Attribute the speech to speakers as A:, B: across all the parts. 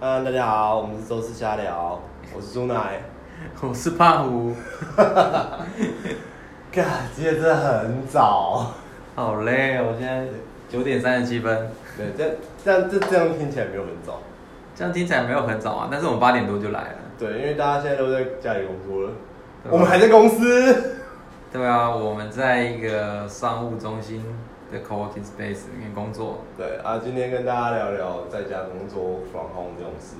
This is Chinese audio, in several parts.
A: 嗯，大家好，我们是周四瞎聊，我是猪奶。
B: 我是胖虎，
A: 干，今天真的很 早。
B: 好累，哦我现在九点三十七分，
A: 对，这但这这样听起来没有很早。
B: 这样听起来没有很早啊，但是我们八点多就来了。
A: 对，因为大家现在都在家里工作了，
B: 对吧
A: 我们还在公司。
B: 对啊，我们在一个商务中心的 co-working space 里面工作，
A: 对啊，今天跟大家聊聊在家工作、防控这种事。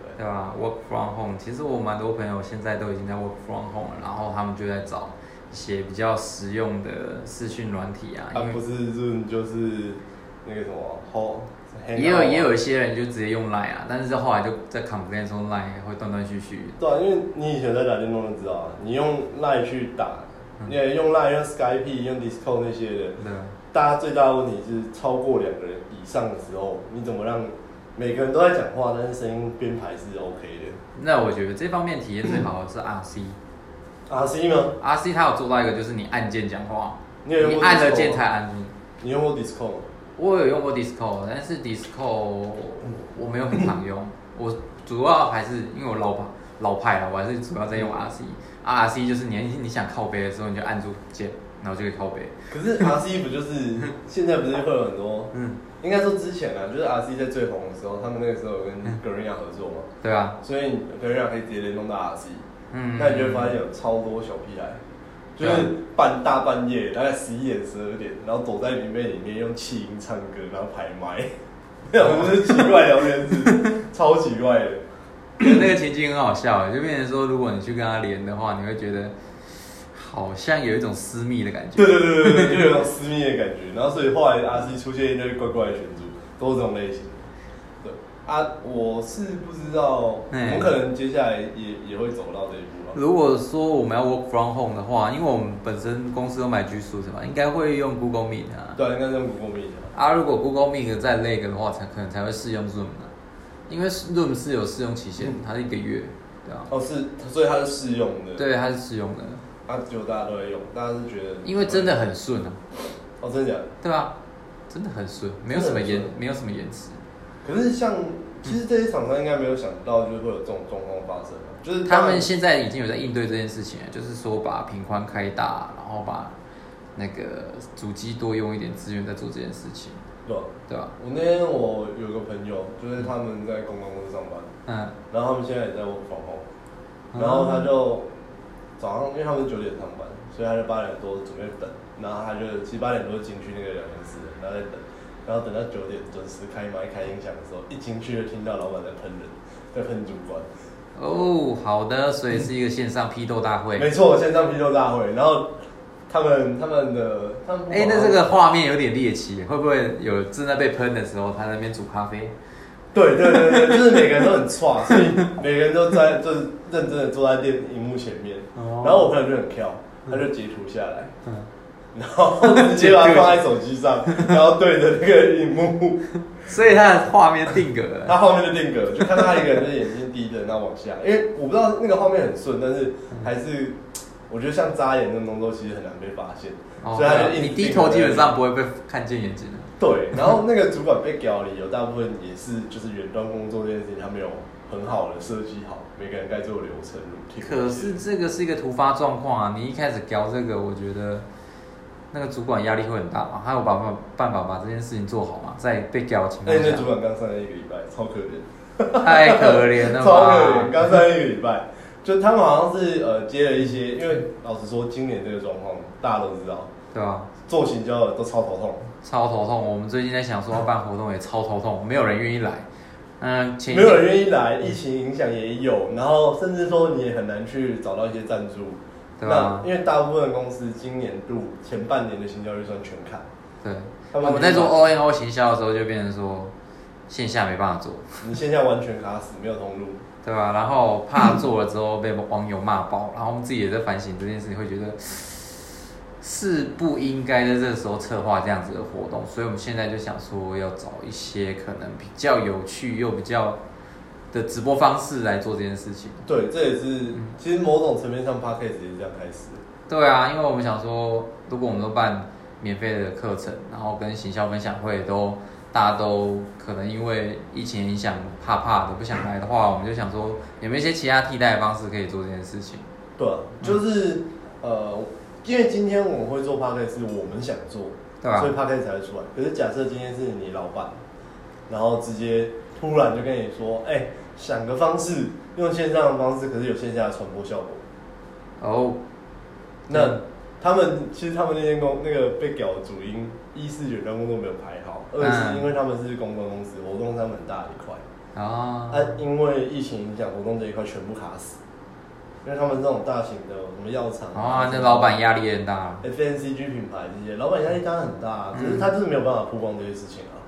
A: 对，
B: 对吧？Work from home，其实我蛮多朋友现在都已经在 work from home 了，然后他们就在找一些比较实用的视讯软体啊，
A: 啊，
B: 因
A: 不
B: 为
A: 是就是就是那个什么啊 h
B: 也有也有一些人就直接用 Line 啊，但是后来就在 complain 说 Line 会断断续续，
A: 对、啊，因为你以前在打电动就知道啊，你用 Line 去打，
B: 嗯
A: 你也用 Line、用 Skype、用 Discord 那些的，
B: 对吧？啊
A: 大家最大的问题是超过两个人以上的时候，你怎么让每个人都在讲话，但是声音编排是 OK
B: 那我觉得这方面体验最好的是 RC。
A: 的？RC 吗？
B: R C 它有做到一个，就是你按键讲话，
A: 你有用过
B: 按了
A: Discord
B: 键
A: 吗
B: 才安静。
A: 你用过 Discord 吗
B: 我有用过 Disco，但是 Disco 我没有很常用，我主要还是因为我老派老派了，我还是主要在用 R C。R 啊 C 就是你你想靠背的时候，你就按住键，然后就可以靠背。
A: 可是 RC 不就是现在不是会有很多，
B: 嗯，
A: 应该说之前啊，就是 RC 在最红的时候，他们那个时候有跟 Garena 合作嘛，
B: 对啊，
A: 所以 Garena 可以直接联动到 RC，
B: 嗯，
A: 那你就会发现有超多小屁孩，就
B: 对
A: 是
B: 啊
A: 半大半夜大概十一点十二点，然后躲在棉被里面用气音唱歌，然后排麦，那种就是奇怪聊天室，超奇怪的。
B: 那个情景很好笑，欸就变成说，如果你去跟他连的话，你会觉得好像有一种私密的感觉。
A: 对对对对对，就有种私密的感觉。然后所以后来 R C 出现一堆怪怪的群组，都是这种类型。对啊，我是不知道，我
B: 哎
A: 们可能接下来也也会走到这一步吧。
B: 如果说我们要 work from home 的话，因为我们本身公司都买 G Suite 嘛，应该会用 Google Meet 啊。
A: 对啊，应该用 Google Meet 啊
B: 啊，如果 Google Meet 再那个的话，才可能才会适用 Zoom 啊，因为 Zoom 是有试用期限，它是一个月，对啊，
A: 哦，是，所以它是适用的。，
B: 嗯对，它是适用的，
A: 啊，就大家都在用，大家是觉得，
B: 因为真的很顺啊，
A: 哦，真的假的？
B: 对吧？真的很顺，没有什么延，没有什么延迟，
A: 可是像，其实这些厂商应该没有想到，就是会有这种状况发生吧就是
B: 他
A: 当然
B: 们现在已经有在应对这件事情了，就是说把频宽开大，然后把那个主机多用一点资源在做这件事情，
A: 对吧
B: 对吧？
A: 我那天我有个朋友，就是他们在公关公司上班，
B: 嗯，
A: 然后他们现在也在 work from home，
B: 嗯
A: 然后他就早上，因为他们九点上班，所以他就八点多准备等，然后他就其实八点多进去那个聊天室，然后在等，然后等到九点准时开麦开音响的时候，一进去就听到老板在喷人，在喷主管，
B: 哦，好的，所以是一个线上批斗大会。
A: 没错，线上批斗大会，然后他们他们的他们啊
B: 哎、那这个画面有点猎奇，会不会有正在被喷的时候，他在那边煮咖啡？
A: 对对对对，就是每个人都 很差，所以每个人都在就是认真的坐在电荧幕前面。
B: 哦
A: 然后我朋友就很跳，他就截图下来，
B: 嗯，
A: 然后直接把它放在手机上，然后对着那个荧幕，
B: 所以他的画面定格了。
A: 他后面就定格，就看他一个人就是眼睛低着，然后往下。因为我不知道那个画面很顺，但是还是我觉得像眨眼这种动作其实很难被发现，所以他就
B: 对啊
A: 硬
B: 你
A: 定
B: 低头
A: 格
B: 基本
A: 在那
B: 上不会被看见眼睛的。
A: 对， 然后那个主管被屌的理由，大部分也是就是远端工作这件事情，他没有很好的设计好每个人该做的流程 routine
B: 可是这个是一个突发状况啊！你一开始聊这个，我觉得那个主管压力会很大嘛，他有办法办法把这件事情做好嘛？在被屌的情
A: 那
B: 况
A: 哎那主
B: 下，
A: 管刚上任一个礼拜，超可怜，
B: 太可怜 了
A: 超可怜，
B: 吧？
A: 刚上任一个礼拜，就他们好像是呃接了一些，因为老实说，今年这个状况大家都知道，
B: 对吧？
A: 做行销的都超头痛，
B: 超头痛！我们最近在想说要办活动，也超头痛，没有人愿意来。嗯，前一
A: 没有人愿意来，疫情影响也有，然后甚至说你也很难去找到一些赞助，
B: 对啊吧
A: 那？因为大部分公司今年度前半年的行销预算全砍。
B: 对，
A: 他
B: 我
A: 们
B: 们在做 O N O 行销的时候，就变成说线下没办法做，
A: 你线下完全卡死，没有通路。
B: 对吧？然后怕做了之后被网友骂爆，然后我们自己也在反省这件事情，会觉得是不应该在这个时候策划这样子的活动，所以我们现在就想说要找一些可能比较有趣又比较的直播方式来做这件事情。
A: 对，这也是
B: 嗯
A: 其实某种层面上 p a c k a g e 也是这样开始的。
B: 对啊，因为我们想说，如果我们都办免费的课程，然后跟行销分享会都大家都可能因为疫情影响怕怕的不想来的话，我们就想说有没有一些其他替代的方式可以做这件事情？
A: 对啊，
B: 嗯
A: 就是、呃，因为今天我们会做 p o d c a s 是我们想做，
B: 对啊吧
A: 所以 p o d c a s 才会出来。可是假设今天是你老板，然后直接突然就跟你说，哎、想个方式，用线上的方式，可是有线下的传播效果。
B: 哦，
A: 那、
B: 嗯
A: 他们其实他们那间公那个被屌的主因，一是远端工作没有排好，
B: 嗯
A: 二是因为他们是公关公司，活动他们很大一块，
B: 啊，
A: 啊，因为疫情影响，活动这一块全部卡死。因为他们这种大型的什么药厂
B: 啊，那老板压力也很大，
A: FNCG 品牌这些，老板压力当然很大、啊，
B: 嗯
A: 可是他就是没有办法曝光这些事情啊。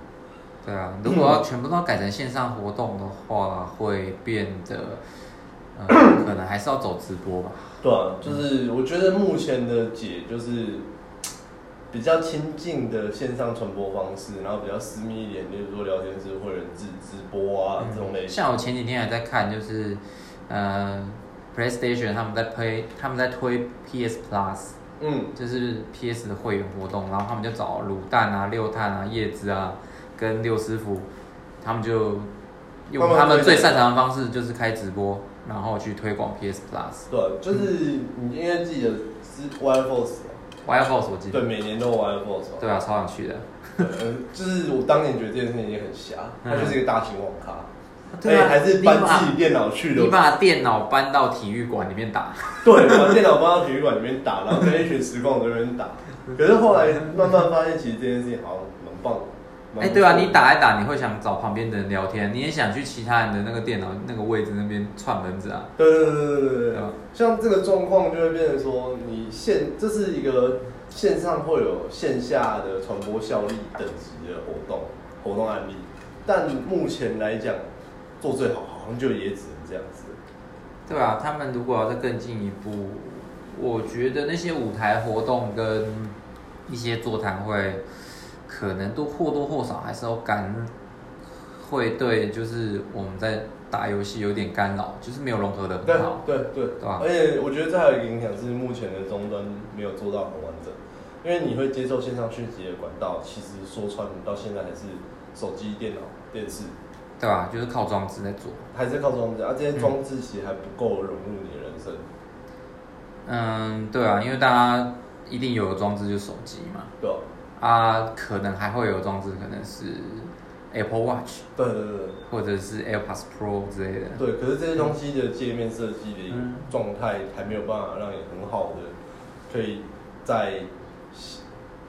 B: 对啊，如果要全部都要改成线上活动的话，会变得，呃，可能还是要走直播吧。
A: 对啊，就是我觉得目前的解就是嘖比较亲近的线上传播方式，然后比较私密一点，例如说聊天室、会员制、直播啊、
B: 嗯
A: 这种类型。
B: 像我前几天还在看，就是，呃，PlayStation 他们在推他们在推 PS Plus，
A: 嗯，
B: 就是 PS 的会员活动，然后他们就找卤蛋啊、六探啊、叶子啊跟六师傅，他们就用他
A: 他们
B: 们
A: 会
B: 最擅长的方式就是开直播，然后去推广 PS Plus。
A: 对啊，就是
B: 嗯
A: 你应该记得是 Wild Force，吧
B: w i f o 手机
A: 对，每年都有 Wild Force 吧。
B: 对啊，超想去的。
A: 对，呃就是我当年觉得这件事情也很瞎，它就是一个大型网咖，
B: 对
A: 而且
B: 嗯啊
A: 哎还是
B: 你
A: 搬
B: 把
A: 自己电脑去的
B: 你把电脑搬到体育馆里面打，
A: 对，把电脑放到体育馆里面打，然后跟一群实况的人打。
B: 嗯
A: 可是后来慢慢发现，其实这件事情好像蛮棒的。蛮
B: 哎、
A: 不
B: 对啊，
A: 错的
B: 你打一打，你会想找旁边的人聊天，你也想去其他人的那个电脑那个位置那边串门子啊。
A: 对对对对对对
B: 对
A: 对
B: 吧，
A: 像这个状况就会变成说，你线这是一个线上会有线下的传播效力等级的活动活动案例，但目前来讲做最好好像就也只能这样子。
B: 对啊，他们如果要再更进一步，我觉得那些舞台活动跟一些座谈会，可能都或多或少还是要干，会对就是我们在打游戏有点干扰，就是没有融合的
A: 对
B: 很好。
A: 对对，
B: 对吧
A: 而且我觉得这还有一个影响是，目前的终端没有做到很完整，因为你会接受线上讯息的管道，其实说穿了到现在还是手机、电脑、电视，
B: 对吧、就是靠装置在做。
A: 还是靠装置，而、啊、这些装置其实还不够融入你的人生，
B: 嗯，对啊，因为大家一定有的装置就是手机嘛，
A: 对吧？
B: 啊，可能还会有装置可能是 Apple Watch
A: 对对对对
B: 或者是 AirPods Pro 之类的。
A: 对，可是这些东西的界面设计的
B: 嗯
A: 状态还没有办法让你很好的可以在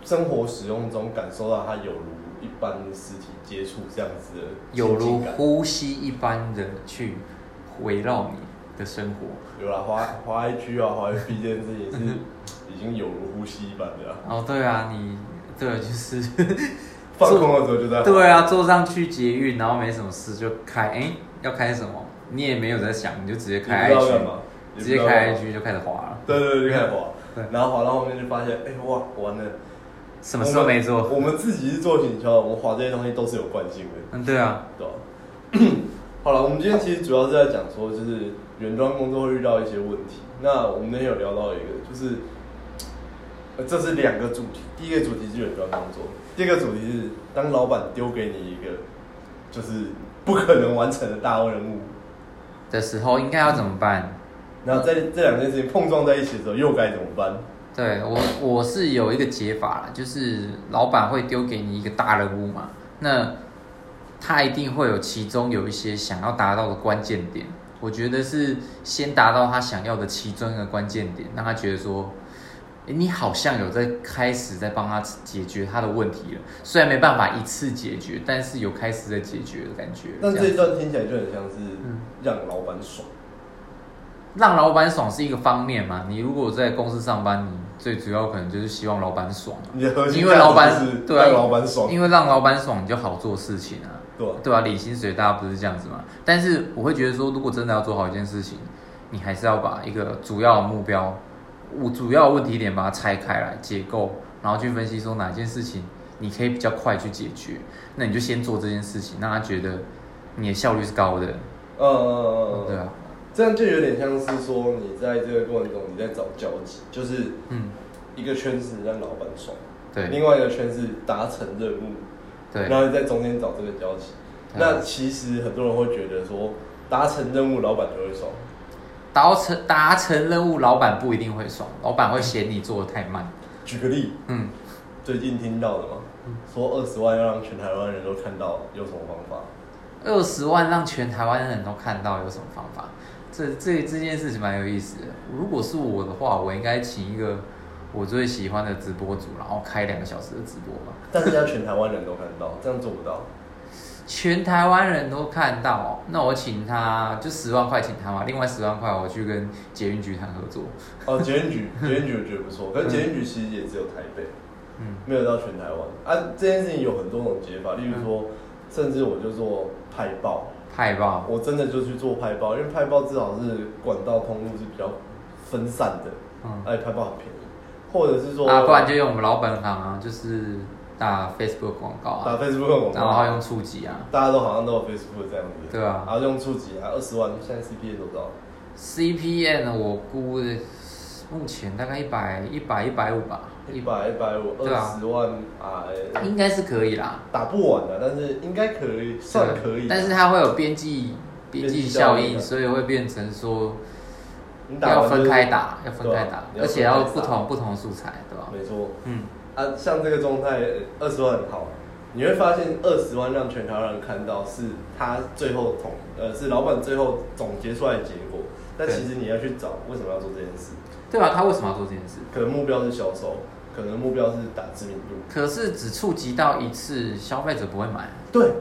A: 生活使用中感受到它有如一般实体接触这样子的
B: 有
A: 亲
B: 如
A: 近感
B: 呼吸一般的去围绕你的生活。
A: 有啦，滑滑 IG 啊，滑 FB 这件事情是已经有如呼吸一般的、啊，
B: 哦，对啊，你对，就是
A: 放空的时候就在滑
B: 对，啊，坐上去捷运，然后没什么事就开，哎、要开什么？你也没有在想，你就直接
A: 也不知
B: 开
A: 道干
B: IG，
A: 嘛，也不
B: 直
A: 知
B: 接
A: 道
B: 开
A: 干嘛
B: IG 就开始滑了，
A: 对对对，就开始滑
B: 对，
A: 然后滑到后面就发现，哎、哇，完了，
B: 什么事都没
A: 我
B: 做。
A: 们。我们自己是做行销的，我们滑这些东西都是有惯性的，
B: 嗯，对啊，
A: 对吧、 好了，我们今天其实主要是在讲说，就是原装工作会遇到一些问题。那我们那天有聊到一个，就是呃这是两个主题，第一个主题是远端工作，第二个主题是当老板丢给你一个就是不可能完成的大任务，
B: 的时候应该要怎么办？
A: 然后在这两件事情碰撞在一起的时候，又该怎么办？
B: 对我，我是有一个解法啦，就是老板会丢给你一个大任务嘛，那他一定会有其中有一些想要达到的关键点。我觉得是先达到他想要的其中一个关键点，让他觉得说，诶你好像有在开始在帮他解决他的问题了。虽然没办法一次解决，但是有开始在解决的感觉。
A: 但
B: 这
A: 这
B: 样
A: 一段听起来就很像是
B: 嗯
A: 让老板爽，
B: 让老板爽是一个方面嘛，你如果在公司上班，你最主要可能就是希望老板爽啊。
A: 你的核心
B: 因为老板
A: 价值就是
B: 对啊
A: 让老板爽，
B: 因为让老板爽，你就好做事情啊，
A: 对吧？
B: 对吧、领薪水大家不是这样子嘛？但是我会觉得说，如果真的要做好一件事情，你还是要把一个主要的目标、我主要的问题点把它拆开来解构，然后去分析说哪件事情你可以比较快去解决，那你就先做这件事情，让他觉得你的效率是高的，
A: 嗯嗯嗯嗯，
B: 对啊，
A: 这样就有点像是说，你在这个过程中你在找交集，就是
B: 嗯，
A: 一个圈是让老板爽，
B: 对，
A: 另外一个圈是达成任务，
B: 对
A: 然后你在中间找这个交集。
B: 对
A: 那其实很多人会觉得说，达成任务老板就会爽，
B: 达成达成任务，老板不一定会爽，老板会嫌你做的太慢。
A: 举个例，
B: 嗯，
A: 最近听到的嘛，说二十万要让全台湾人都看到，有什么方法？
B: 二十万让全台湾人都看到，有什么方法？这这这件事情蛮有意思的。如果是我的话，我应该请一个我最喜欢的直播主，然后开两个小时的直播吧，
A: 但是要全台湾人都看到，这样做不到。
B: 全台湾人都看到哦。那我请他就十万块请他嘛，另外十万块我去跟捷运局谈合作。
A: 哦，捷运局，捷运局我觉得不错，可是捷运局其实也只有台北，
B: 嗯，
A: 没有到全台湾。啊，这件事情有很多种解法，例如
B: 嗯
A: 说，甚至我就做派报，
B: 派报，
A: 我真的就去做派报，因为派报至少是管道通路是比较分散的，
B: 嗯，
A: 而且派报很便宜，或者是说
B: 啊，不然就用我们老本行啊，就是打 Facebook 广告
A: 打
B: 啊，
A: Facebook 广
B: 然后
A: 告，
B: 用触及啊，
A: 大家都好像都有 Facebook 这样子，
B: 对啊
A: 然后用触及啊，二十万，现在 CPA 多少？
B: CPN 我估的目前大概一百一百一百五吧，
A: 一百一百五，
B: 对啊
A: 二十万啊，哎
B: 应该是可以啦，
A: 打不完的，但是应该可以，算可以。啊
B: 但是它会有边际边际效应，所以会变成说
A: 你打
B: 要
A: 完
B: 分
A: 就是
B: 开打，要分开
A: 对
B: 打
A: 啊，你
B: 而且要不
A: 分开打
B: 同不同素材，对吧？
A: 没错
B: 嗯，
A: 啊，像这个状态，二十万很好，你会发现二十万让全台湾人看到是他最后统，呃，是老板最后总结出来的结果。但
B: 对
A: 其实你要去找为什么要做这件事，
B: 对吧？他为什么要做这件事？
A: 可能目标是销售，可能目标是打知名度。
B: 可是只触及到一次，消费者不会买。
A: 对，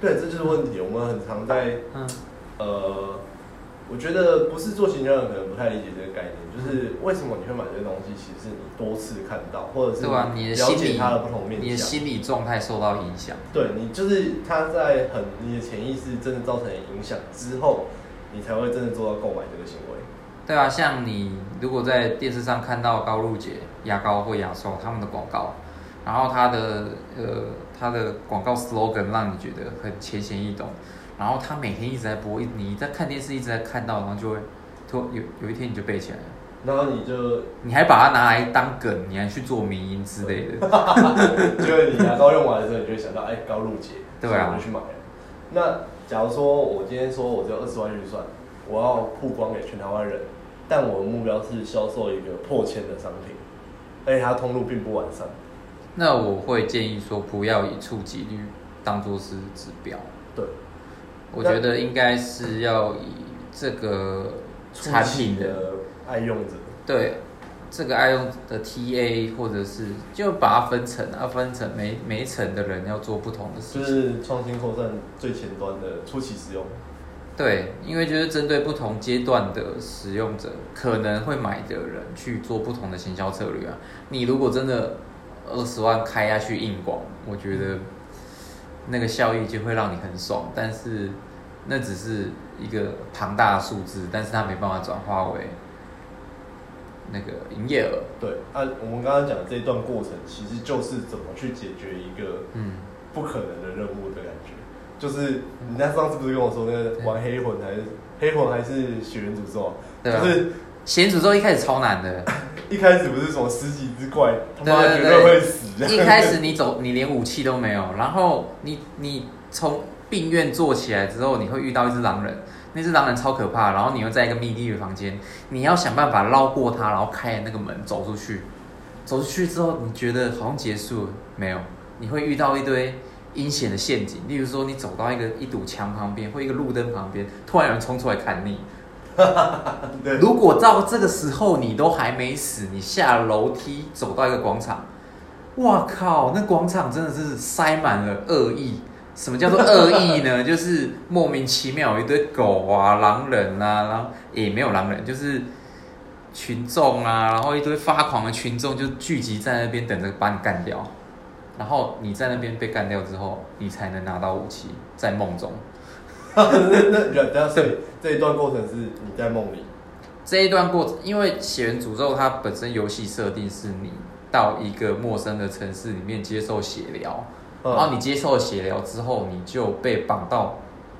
A: 对，这就是问题。我们很常在
B: 嗯，
A: 呃，我觉得不是做行销人可能不太理解这个概念，就是为什么你会买这个东西，其实是你多次看到，或者是
B: 对吧？你的
A: 了
B: 心
A: 解
B: 理
A: 它的不同面，
B: 你的
A: 向。
B: 心理状态受到影响。
A: 对你就是它在很你的潜意识真的造成影响之后，你才会真的做到购买这个行为。
B: 对啊，像你如果在电视上看到高露洁牙膏或牙刷他们的广告，然后它的呃它的广告 slogan 让你觉得很浅显易懂，然后它每天一直在播，一你在看电视一直在看到，然后就会突有有一天你就背起来了，
A: 然后你 就
B: 你还把它拿来当梗，你还去做迷音之类的。
A: 就是你牙膏用完的时候，你就会想到，哎，高露洁，
B: 对啊
A: 所以我就去买了。那假如说我今天说我只有二十万预算，我要曝光给全台湾人，但我的目标是销售一个破千的商品，而且它通路并不完善。
B: 那我会建议说，不要以触及率当做是指标，
A: 对，
B: 我觉得应该是要以这个
A: 初
B: 产
A: 期
B: 品的
A: 的爱用者，
B: 对，这个爱用的 TA 或者是就把它分层啊，分层每每一层的人要做不同的事
A: 就
B: 情。
A: 是创新扩散最前端的初期使用。
B: 对，因为就是针对不同阶段的使用者，可能会买的人去做不同的行销策略啊。你如果真的二十万开下去硬广，我觉得那个效益就会让你很爽，但是那只是一个庞大的数字，但是它没办法转化为那个营业额。
A: 对，啊，我们刚刚讲的这一段过程，其实就是怎么去解决一个
B: 嗯。
A: 不可能的任务的感觉。就是你那上次不是跟我说那个玩黑魂还是黑魂还是血缘诅咒啊？
B: 对啊
A: 就是
B: 险诅咒一开始超难的，
A: 一开始不是什么十几只怪，他妈
B: 对对
A: 绝
B: 对
A: 会死。
B: 一开始你走，你连武器都没有，然后你你从病院坐起来之后，你会遇到一只狼人，那只狼人超可怕，然后你又在一个密闭的房间，你要想办法绕过它，然后开了那个门走出去，走出去之后，你觉得好像结束了没有？你会遇到一堆阴险的陷阱，例如说你走到一个一堵墙旁边或一个路灯旁边，突然有人冲出来砍你，
A: 对，
B: 如果到这个时候你都还没死，你下楼梯走到一个广场，哇靠，那广场真的是塞满了恶意。什么叫做恶意呢？ 就是莫名其妙有一堆狗啊、狼人啊，然后也没有狼人，就是群众啊，然后一堆发狂的群众就聚集在那边等着把你干掉。然后你在那边被干掉之后，你才能拿到武器，在梦中。
A: 那那等下所以这一段过程是你在梦里，
B: 这一段过程，因为《血缘诅咒》它本身游戏设定是你到一个陌生的城市里面接受血疗，
A: 嗯
B: 然后你接受了血疗之后，你就被绑到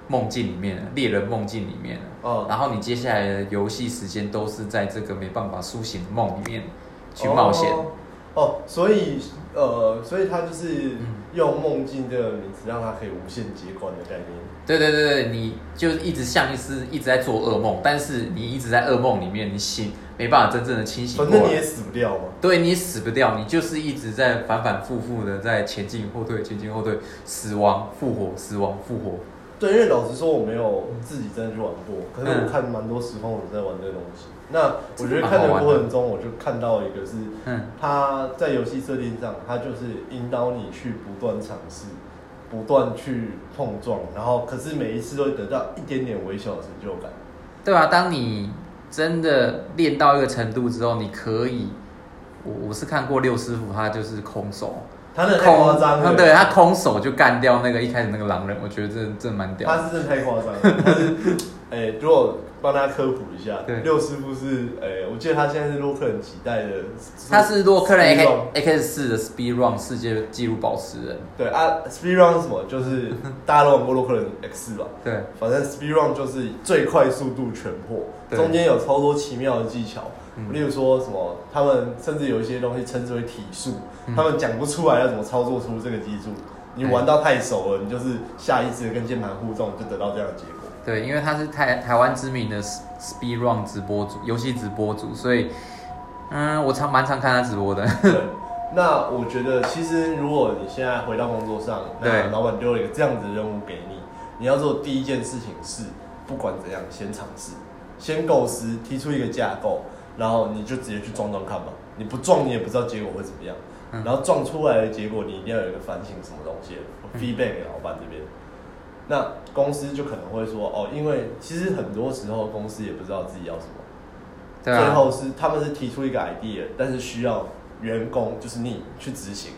B: 梦境里面了，猎人梦境里面了。
A: 哦，
B: 然后你接下来的游戏时间都是在这个没办法苏醒的
A: 哦
B: 梦里面去冒险。
A: 哦。哦，所以呃，所以它就是
B: 嗯
A: 用梦境这个名词让它可以无限接管的概念。
B: 对对对对，你就一直像是一直在做噩梦，但是你一直在噩梦里面，你醒没办法真正的清醒
A: 反
B: 过
A: 正你也
B: 来。
A: 死不掉嘛。
B: 对你也死不掉，你就是一直在反反复复的在前进后退，前进后退，死亡复活，死亡复活。
A: 对，因为老实说我没有自己真的去玩过，可是
B: 嗯
A: 我看蛮多时空我在玩这个东西。那我觉得看的过程中，我就看到一个是，
B: 嗯，
A: 它在游戏设定上，它就是引导你去不断尝试，不断去碰撞，然后可是每一次都会得到一点点微小的成就感。
B: 对啊，当你真的练到一个程度之后，你可以，我我是看过六师傅，他就是空手，
A: 它那个太夸
B: 空，
A: 张了，
B: 对他空手就干掉那个一开始那个狼人，我觉得这这蛮屌的。
A: 他是真的太夸张了。他是，哎、如果帮大家科普一下
B: 对，
A: 六师傅是，哎、我记得他现在是洛克人几代的，
B: 他是洛克人 A
A: 斯
B: K A K 四的 Speed Run 世界纪录保持人，
A: 对啊，Speed Run 是什么？ 就是大家都玩过洛克人 X 吧，
B: 对，
A: 反正 Speed Run 就是最快速度全破，
B: 对
A: 中间有超多奇妙的技巧，
B: 嗯
A: 例如说什么，他们甚至有一些东西称之为体术，
B: 嗯
A: 他们讲不出来要怎么操作出这个技术。你玩到太熟了，你就是下意识地跟键盘互动，就得到这样的结果。
B: 对，因为他是台台湾知名的 S- Speed Run 直播主，游戏直播主，所以，嗯，我常蛮常看他直播的。
A: 对， 那我觉得其实如果你现在回到工作上，那
B: 对
A: 老板丢了一个这样子的任务给你，你要做第一件事情是，不管怎样先尝试，先构思，提出一个架构，然后你就直接去撞撞看吧。你不撞你也不知道结果会怎么样，
B: 嗯
A: 然后撞出来的结果你一定要有一个反省什么东西、
B: 嗯
A: feedback 给老板这边。那公司就可能会说哦，因为其实很多时候公司也不知道自己要什么，
B: 对
A: 最
B: 啊，
A: 后是他们是提出一个 idea，但是需要员工就是你去执行。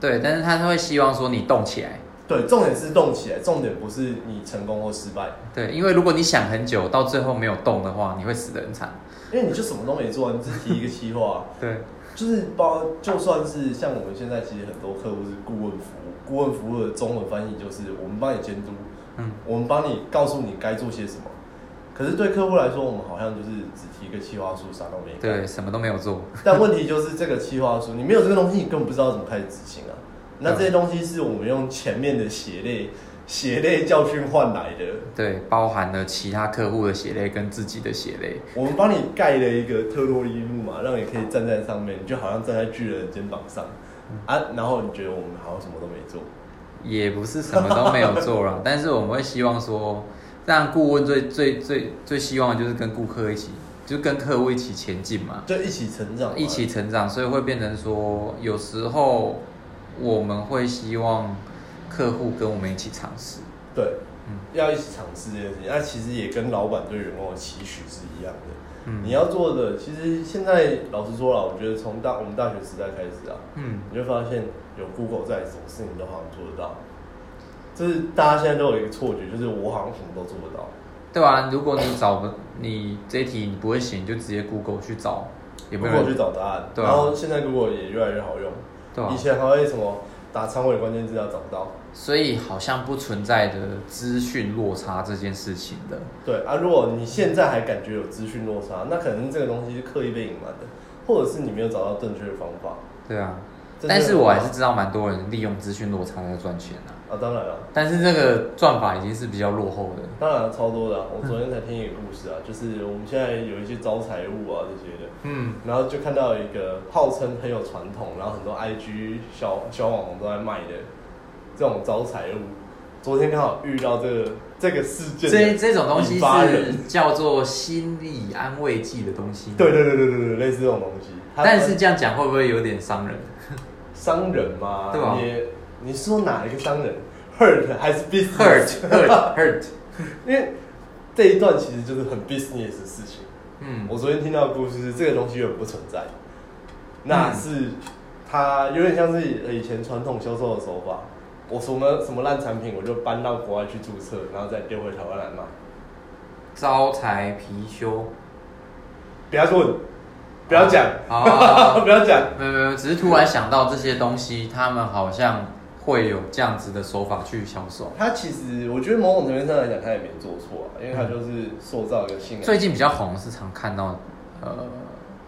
B: 对，但是他会希望说你动起来，
A: 对，重点是动起来，重点不是你成功或失败，
B: 对，因为如果你想很久，到最后没有动的话，你会死得很惨。
A: 因为你就什么都没做，你只提一个计划，啊
B: 对，
A: 就是包就算是像我们现在其实很多客户是顾问服务，顾问服务的中文翻译就是我们帮你监督，
B: 嗯，
A: 我们帮你告诉你该做些什么。可是对客户来说，我们好像就是只提一个计划书，啥都没干。
B: 对，啊什么都没有做。
A: 但问题就是这个企划书，你没有这个东西，你根本不知道怎么开始执行啊。那这些东西是我们用前面的血泪、血泪教训换来的。
B: 对，包含了其他客户的血泪跟自己的血泪。
A: 我们帮你盖了一个特洛伊木马，让你可以站在上面，你就好像站在巨人的肩膀上
B: 嗯
A: 啊。然后你觉得我们好像什么都没做，
B: 也不是什么都 没有做了，但是我们会希望说，让顾问最最最最希望的就是跟顾客一起，就跟客户一起前进嘛，
A: 就一起成长嘛，
B: 一起成长，所以会变成说，有时候我们会希望客户跟我们一起尝试。
A: 对
B: 嗯，
A: 要一起尝试这件事情。那其实也跟老板对员工的期许是一样的。
B: 嗯
A: 你要做的，其实现在老实说了，我觉得从大我们大学时代开始啊，
B: 嗯，
A: 你就发现有 Google 在，什么事情都好像做得到。就是大家现在都有一个错觉，就是我好像什么都做得到。
B: 对啊，如果你找不你这一题你不会写，你就直接 Google 去找，也没有
A: Google 去
B: 人
A: 找答案，
B: 对啊
A: 然后现在 Google 也越来越好用。
B: 对啊
A: 以，前还会什么打仓位关键字要找不到。
B: 所以好像不存在的资讯落差这件事情的。
A: 对啊，如果你现在还感觉有资讯落差，那可能这个东西是刻意被隐瞒的，或者是你没有找到正确的方法。
B: 对啊，
A: 正确的
B: 但是我还是
A: 方
B: 知道蛮多人利用资讯落差在赚钱啊，
A: 法啊，当然了。
B: 但是这个赚法已经是比较落后的。
A: 当然超多的啊、我昨天才听一个故事啊，就是我们现在有一些招财物啊这些的，
B: 嗯，
A: 然后就看到一个号称很有传统，然后很多 IG 小小网红都在卖的这种招财物。昨天刚好遇到这个这个事件的
B: 这这种东西
A: 引发人
B: 是叫做心理安慰剂的东西。
A: 对。对对对对对，类似这种东西。它
B: 但是这样讲会不会有点伤 人？
A: 商人嘛，
B: 对吧
A: 你你是说哪一个商人？Hurt 还是 business？
B: hurt hurt hurt，
A: 因为这一段其实就是很 business 的事情。
B: 嗯，
A: 我昨天听到的故事是这个东西原本不存在，那是它有点像是以前传统销售的手法。我什么什么烂产品，我就搬到国外去注册，然后再丢回台湾来卖。
B: 招财貔貅。
A: 不要问，不要讲，
B: 好好好好
A: 不要讲。
B: 啊 没有没有，只是突然想到这些东西，他们好像会有这样子的手法去销售。
A: 他其实我觉得某种层面上来讲，他也没做错啊，因为他就是塑造一个信仰。
B: 最近比较红是常看到，呃，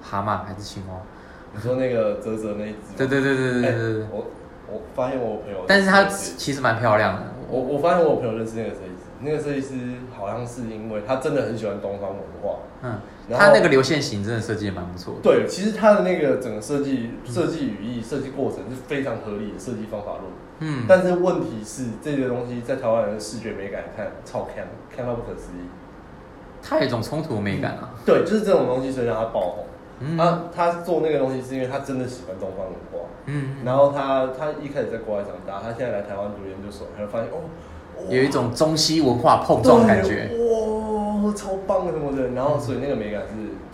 B: 蛤蟆还是青蛙？
A: 你说那个泽泽那一只吗，
B: 对对对对对对
A: 哎
B: 对。
A: 我我发现我朋友，
B: 但是她其实蛮漂亮的，
A: 我我发现我朋友认识那个设计师，那个设计师好像是因为他真的很喜欢东方文化。
B: 嗯，
A: 然后
B: 她那个流线型真的设计也蛮不错的。
A: 对，其实他的那个整个设计、设计语义、设计过程是非常合理的设计方法论。
B: 嗯，
A: 但是问题是，这个东西在台湾人的视觉美感看超看，看到不可思议。
B: 它有一种冲突美感啊。
A: 对，就是这种东西，所以让他爆红。
B: 嗯
A: 他他做那个东西是因为他真的喜欢东方文化，
B: 嗯，
A: 然后他他一开始在国外长大，他现在来台湾读研究所，他就发现哦，哇
B: 有一种中西文化碰撞的感觉，
A: 对哇，超棒的什么的。然后所以那个美感是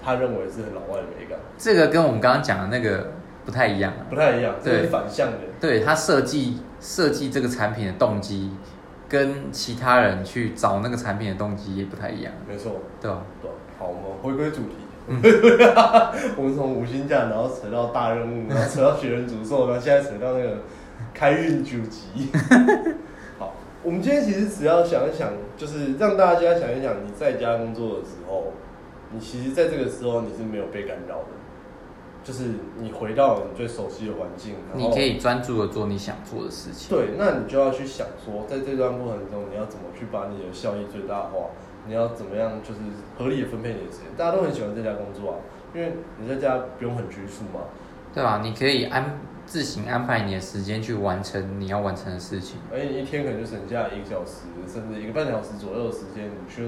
A: 他认为是很老外的美感，
B: 这个跟我们刚刚讲的那个不太一样啊。
A: 不太一样，这
B: 对
A: 是反向的。
B: 对他设计设计这个产品的动机，跟其他人去找那个产品的动机也不太一样，
A: 没错，
B: 对吧？
A: 对好，我们回归主题。
B: 嗯
A: 我们从五星假，然后扯到大任务，然 后扯到学人诅咒，然后现在扯到那个开运九 级。好，我们今天其实只要想一想，就是让大家想一想，你在家工作的时候，你其实在这个时候你是没有被干扰的，就是你回到你最熟悉的环境，然
B: 你
A: 后
B: 可以专注的做你想做的事情。
A: 对，那你就要去想说，在这段过程中，你要怎么去把你的效益最大化？你要怎么样就是合理的分配你的时间？大家都很喜欢在家工作啊，因为你在家不用很拘束嘛。
B: 对吧？你可以安自行安排你的时间去完成你要完成的事情。
A: 而且你一天可能就省下一个小时，甚至一个半小时左右的时间，你去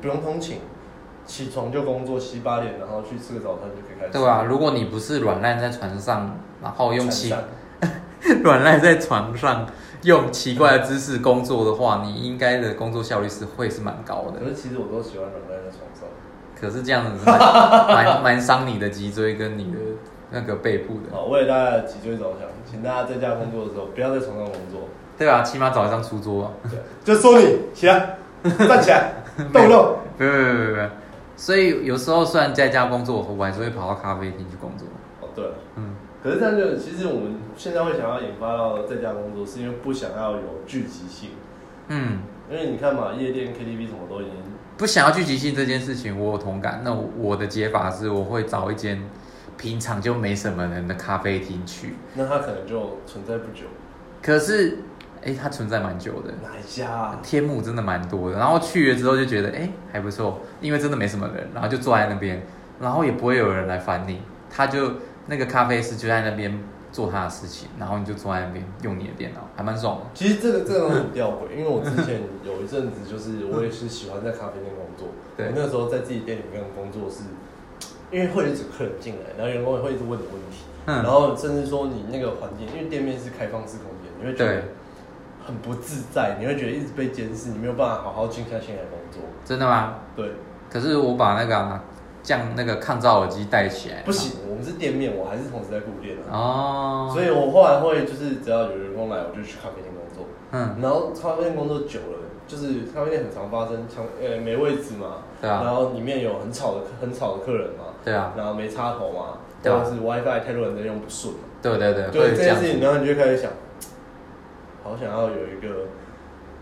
A: 不用通勤，起床就工作，洗把脸，然后去吃个早餐就可以开始。
B: 对吧？如果你不是软烂在船上，然后用
A: 产
B: 奇
A: 散
B: 软烂在床上用奇怪的姿势工作的话，你应该的工作效率是会是蛮高的
A: 可。是其实我都喜欢软烂在床上。
B: 可是这样子是蛮 蛮蛮伤你的脊椎跟你的那个背部的，
A: 好，为了大家的脊椎着想，请大家在家工作的时候不要在床上工作。
B: 对吧？起码早上出桌、啊，
A: 对，就说你起 来，站起来，动一动。
B: 不不不不不。所以有时候虽然在家工作，我还是会跑到咖啡厅去工作。
A: 哦，对了，
B: 嗯，
A: 可是这样就其实我们现在会想要引发到在家工作，是因为不想要有聚集性，
B: 嗯，
A: 因为你看嘛，夜店、KTV 什么都已经，
B: 不想要聚集性这件事情，我有同感。那我我的解法是，我会找一间平常就没什么人的咖啡厅去。
A: 那它可能就存在不久。
B: 可是，哎、它存在蛮久的，
A: 哪一家、啊？
B: 天幕真的蛮多的。然后去了之后就觉得，哎、还不错，因为真的没什么人，然后就坐在那边，然后也不会有人来烦你。他就那个咖啡师就在那边做他的事情，然后你就坐在那边用你的电脑，还蛮爽的。
A: 其实这个这个很吊诡，因为我之前有一阵子就是我也是喜欢在咖啡店工作，
B: 对
A: 我那时候在自己店里面工作是，因为会有一组客人进来，然后员工也会一直问你问题，
B: 嗯
A: 然后甚至说你那个环境，因为店面是开放式空间，你会觉得
B: 对
A: 很不自在，你会觉得一直被监视，你没有办法好好静下心来工作。
B: 真的吗？
A: 对，
B: 可是我把那个啊降、那个抗噪耳机戴起来，
A: 不行，我们是店面，我还是同时在顾店的、
B: 哦，
A: 所以我后来会就是只要有员工来，我就去咖啡店工作。
B: 嗯，
A: 然后咖啡店工作久了，就是咖啡店很常发生，像呃没位置嘛，
B: 对啊
A: 然后里面有很吵的很吵的客人嘛，
B: 对啊，
A: 然后没插头嘛，
B: 对啊
A: 或者是 WiFi 太多人在用不顺嘛，
B: 对对对，会
A: 对
B: 有
A: 这
B: 这
A: 件
B: 样
A: 事
B: 子
A: 情，然后你就开始想，好想要有一个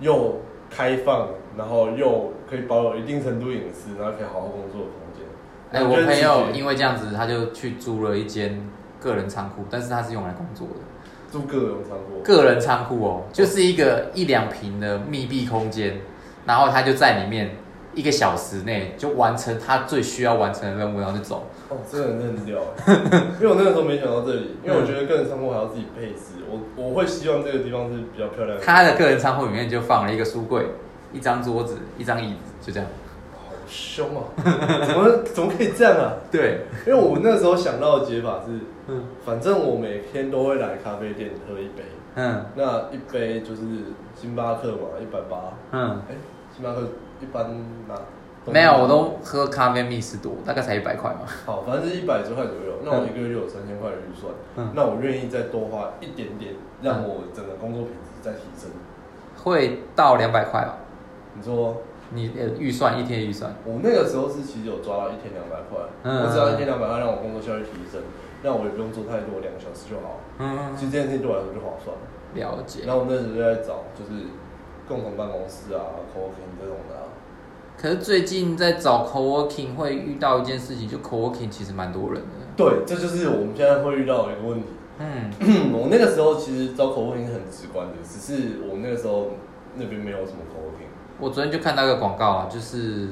A: 又开放，然后又可以保有一定程度隐私，然后可以好好工作的空间。
B: 哎、我朋友因为这样子，他就去租了一间个人仓库，但是他是用来工作的。
A: 住各种仓库，
B: 个人仓库哦，就是一个一两平的密闭空间，然后他就在里面一个小时内就完成他最需要完成的任务，然后就走。
A: 哦，真的很认掉哎，因为我那个时候没想到这里，因为我
B: 嗯
A: 觉得个人仓库还要自己配置，我我会希望这个地方是比较漂亮的。
B: 他的个人仓库里面就放了一个书柜、一张桌子、一张椅子，就这样。
A: 好凶啊！怎么怎么可以这样啊？
B: 对，
A: 因为我那时候想到的解法是，
B: 嗯
A: 反正我每天都会来咖啡店喝一杯，
B: 嗯
A: 那一杯就是星巴克嘛，一百八。
B: 嗯，
A: 哎，星巴克一般拿
B: 没有，我都喝咖啡蜜士多，大概才一百块嘛。
A: 好，反正是一百多块左右。那我一个月就有三千块的预算，
B: 嗯
A: 那我愿意再多花一点点，让我整个工作品质再提升。
B: 会到两百块吧？
A: 你说
B: 你呃预算一天预算？
A: 我那个时候是其实有抓到一天两百块，
B: 嗯
A: 我只要一天两百块让我工作效率提升，那我也不用做太多，两个小时就好。
B: 嗯
A: 其实这件事情对我来说就划算了。
B: 了解。
A: 然后我那时候就在找就是共同办公室啊、co-working 这种的、啊，
B: 可是最近在找 co-working 会遇到一件事情，就 co-working 其实蛮多人的。
A: 对，这就是我们现在会遇到的一个问题。
B: 嗯，
A: 我那个时候其实找口播亭是很直观的，只是我们那个时候那边没有什么口播亭。
B: 我昨天就看到一个广告啊，就是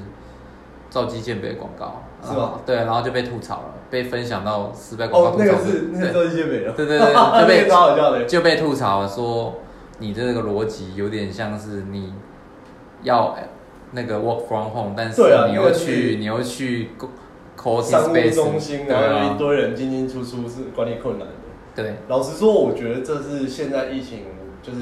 B: 赵基健杯的广告，
A: 是吗
B: 然后对，然后就被吐槽了，被分享到失败广告
A: 哦，
B: 吐槽
A: 那
B: 的。
A: 个是那个
B: 对
A: 周一健美了，
B: 对对对就被
A: 那个超好笑的。
B: 就被吐槽了说你这个逻辑有点像是你要呃那个 work from home，但是
A: 对啊
B: 你
A: 那
B: 又
A: 个是
B: 去、你又去 co- coworking
A: 商务
B: space，
A: 中心，
B: 对
A: 然后有
B: 啊
A: 一，堆人进进出出是管理困难的。
B: 对，
A: 老实说，我觉得这是现在疫情，就是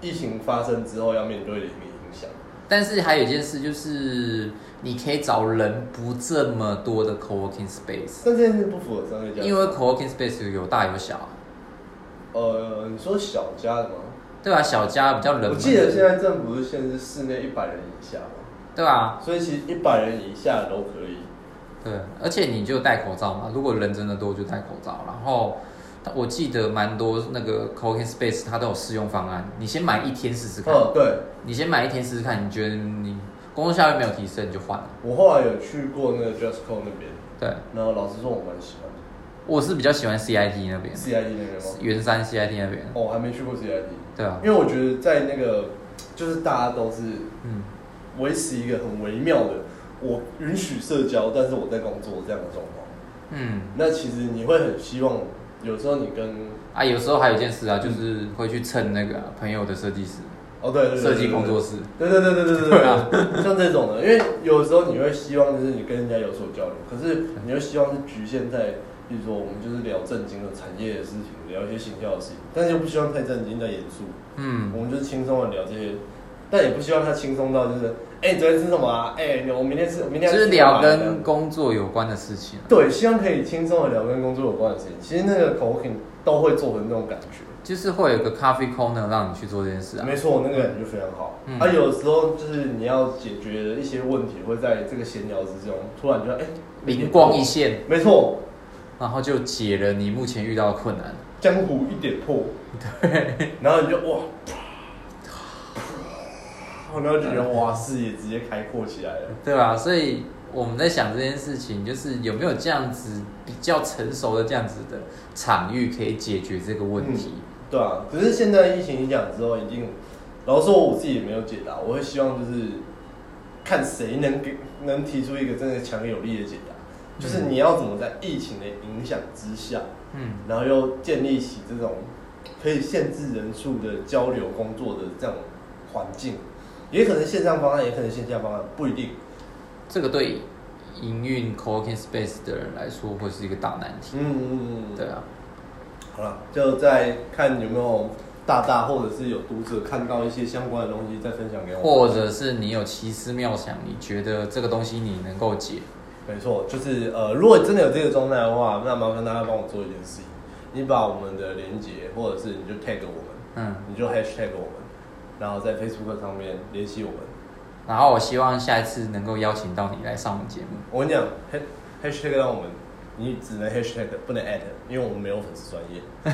A: 疫情发生之后要面对的一个影响。
B: 但是还有一件事就是你可以找人不这么多的 coworking space，
A: 但这件事不符合商业价值，
B: 因为 coworking space 有大有小啊，
A: 呃，你说小家的吗？
B: 对吧、小家比较冷
A: 我
B: 门，
A: 记得现在政府是限制室内一百人以下嘛，
B: 对吧、
A: 所以其实一百人以下都可以。
B: 对，啊而且你就戴口罩嘛，如果人真的多就戴口罩。然后我记得蛮多那个 c o o k i n Space 它都有试用方案，你先买一天试试看，
A: 哦，对，
B: 你先买一天试试看，你觉得你工作效率没有提升你就换了。
A: 我后来有去过那个 Just Call 那边，
B: 对，
A: 然后老实说，我蛮喜欢的
B: 我是比较喜欢 CIT 那边，
A: CID 那边吗？
B: 圆山 CIT 那边，
A: 哦，我还没去过 CID，
B: 对啊，
A: 因为我觉得在那个就是大家都是
B: 嗯，
A: 维持一个很微妙的，我允许社交，但是我在工作这样的状况。
B: 嗯，
A: 那其实你会很希望，有时候你跟
B: 啊，有时候还有一件事啊，就是会去蹭那个朋友的设计师、
A: 哦对对对
B: 设计工作，室，
A: 对对对对对对
B: 对啊
A: 像这种的，因为有时候你会希望就是你跟人家有所交流，可是你会希望是局限在，比如说我们就是聊正经的产业的事情，聊一些行销的事情，但是又不希望太正经太严肃，
B: 嗯，
A: 我们就是轻松的聊这些，但也不希望他轻松到就是，哎、你昨天吃什么啊？哎、我明天吃，我明
B: 就
A: 天要
B: 是
A: 吃什么啊
B: 聊跟工作有关的事情啊、
A: 对，希望可以轻松的聊跟工作有关的事情。其实那个 coworking 都会做成那种感觉，
B: 就是会有一个 coffee corner 让你去做这件事啊。
A: 没错，那个感觉非常好。
B: 嗯
A: 而有时候就是你要解决一些问题，会在这个闲聊之中突然就哎
B: 灵 光一，现，
A: 没错，
B: 然后就解了你目前遇到的困难。
A: 江湖一点破， 对，然后你就哇，然后就觉得哇，视野直接开阔起来了。
B: 对吧？所以我们在想这件事情，就是有没有这样子比较成熟的这样子的场域可以解决这个问题？
A: 对啊，可是现在疫情影响之后，已经，老实说我自己也没有解答，我会希望就是看谁能给能提出一个真的强有力的解答，就是你要怎么在疫情的影响之下，
B: 嗯
A: 然后又建立起这种可以限制人数的交流工作的这样环境，也可能线上方案，也可能线下方案，不一定。
B: 这个对营运 coworking space 的人来说会是一个大难题。
A: 嗯嗯嗯嗯，
B: 对。啊，
A: 好了，就再看有没有大大或者是有读者看到一些相关的东西，再分享给我们。
B: 或者是你有奇思妙想，你觉得这个东西你能够解，
A: 没错，就是呃，如果真的有这个状态的话，那麻烦大家帮我做一件事情，你把我们的连接，或者是你就 tag 我们，
B: 嗯，
A: 你就 hashtag 我们，然后在 Facebook 上面联系我们。
B: 然后我希望下一次能够邀请到你来上我们节目。
A: 我跟你讲，hash hashtag 让我们，你只能 hashtag 不能 at，因为我们没有粉丝专业，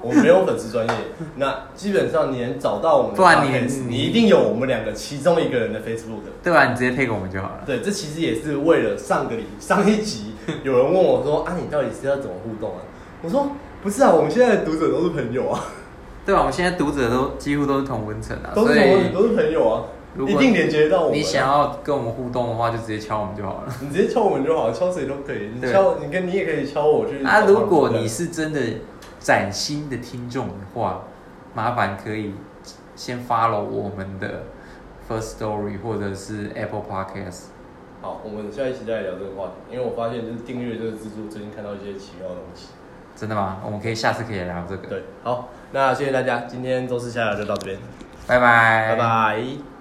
A: 我们没有粉丝专业，那基本上你能找到我们的 podcast，
B: 不然你嗯
A: 你一定有我们两个其中一个人的 Facebook 的。
B: 对啊，你直接配给我们就好了。
A: 对，这其实也是为了上个礼上一集，有人问我说：“啊，你到底是要怎么互动啊？”我说：“不是啊，我们现在的读者都是朋友啊，
B: 对啊，我们现在读者都几乎都是同温层啊，
A: 都
B: 所
A: 是
B: 以
A: 朋友，都是朋友啊，
B: 如
A: 一
B: 果
A: 定连接到我们啊。
B: 你想要跟我们互动的话，就直接敲我们就好了。
A: 你直接敲我们就好，敲谁都可以，你
B: 对
A: 敲你跟你也可以敲我去。
B: 那、啊、如果你是真的崭新的听众的话，麻烦可以先 follow 我们的 First Story 或者是 Apple Podcast。
A: 好，我们下一期再来聊这个话题，因为我发现就是订阅这个制度，最近看到一些奇妙的东西。
B: 真的吗？我们可以下次可以聊这个。
A: 对，好，那谢谢大家，今天周四下聊就到这边，
B: 拜
A: 拜
B: 拜，
A: 拜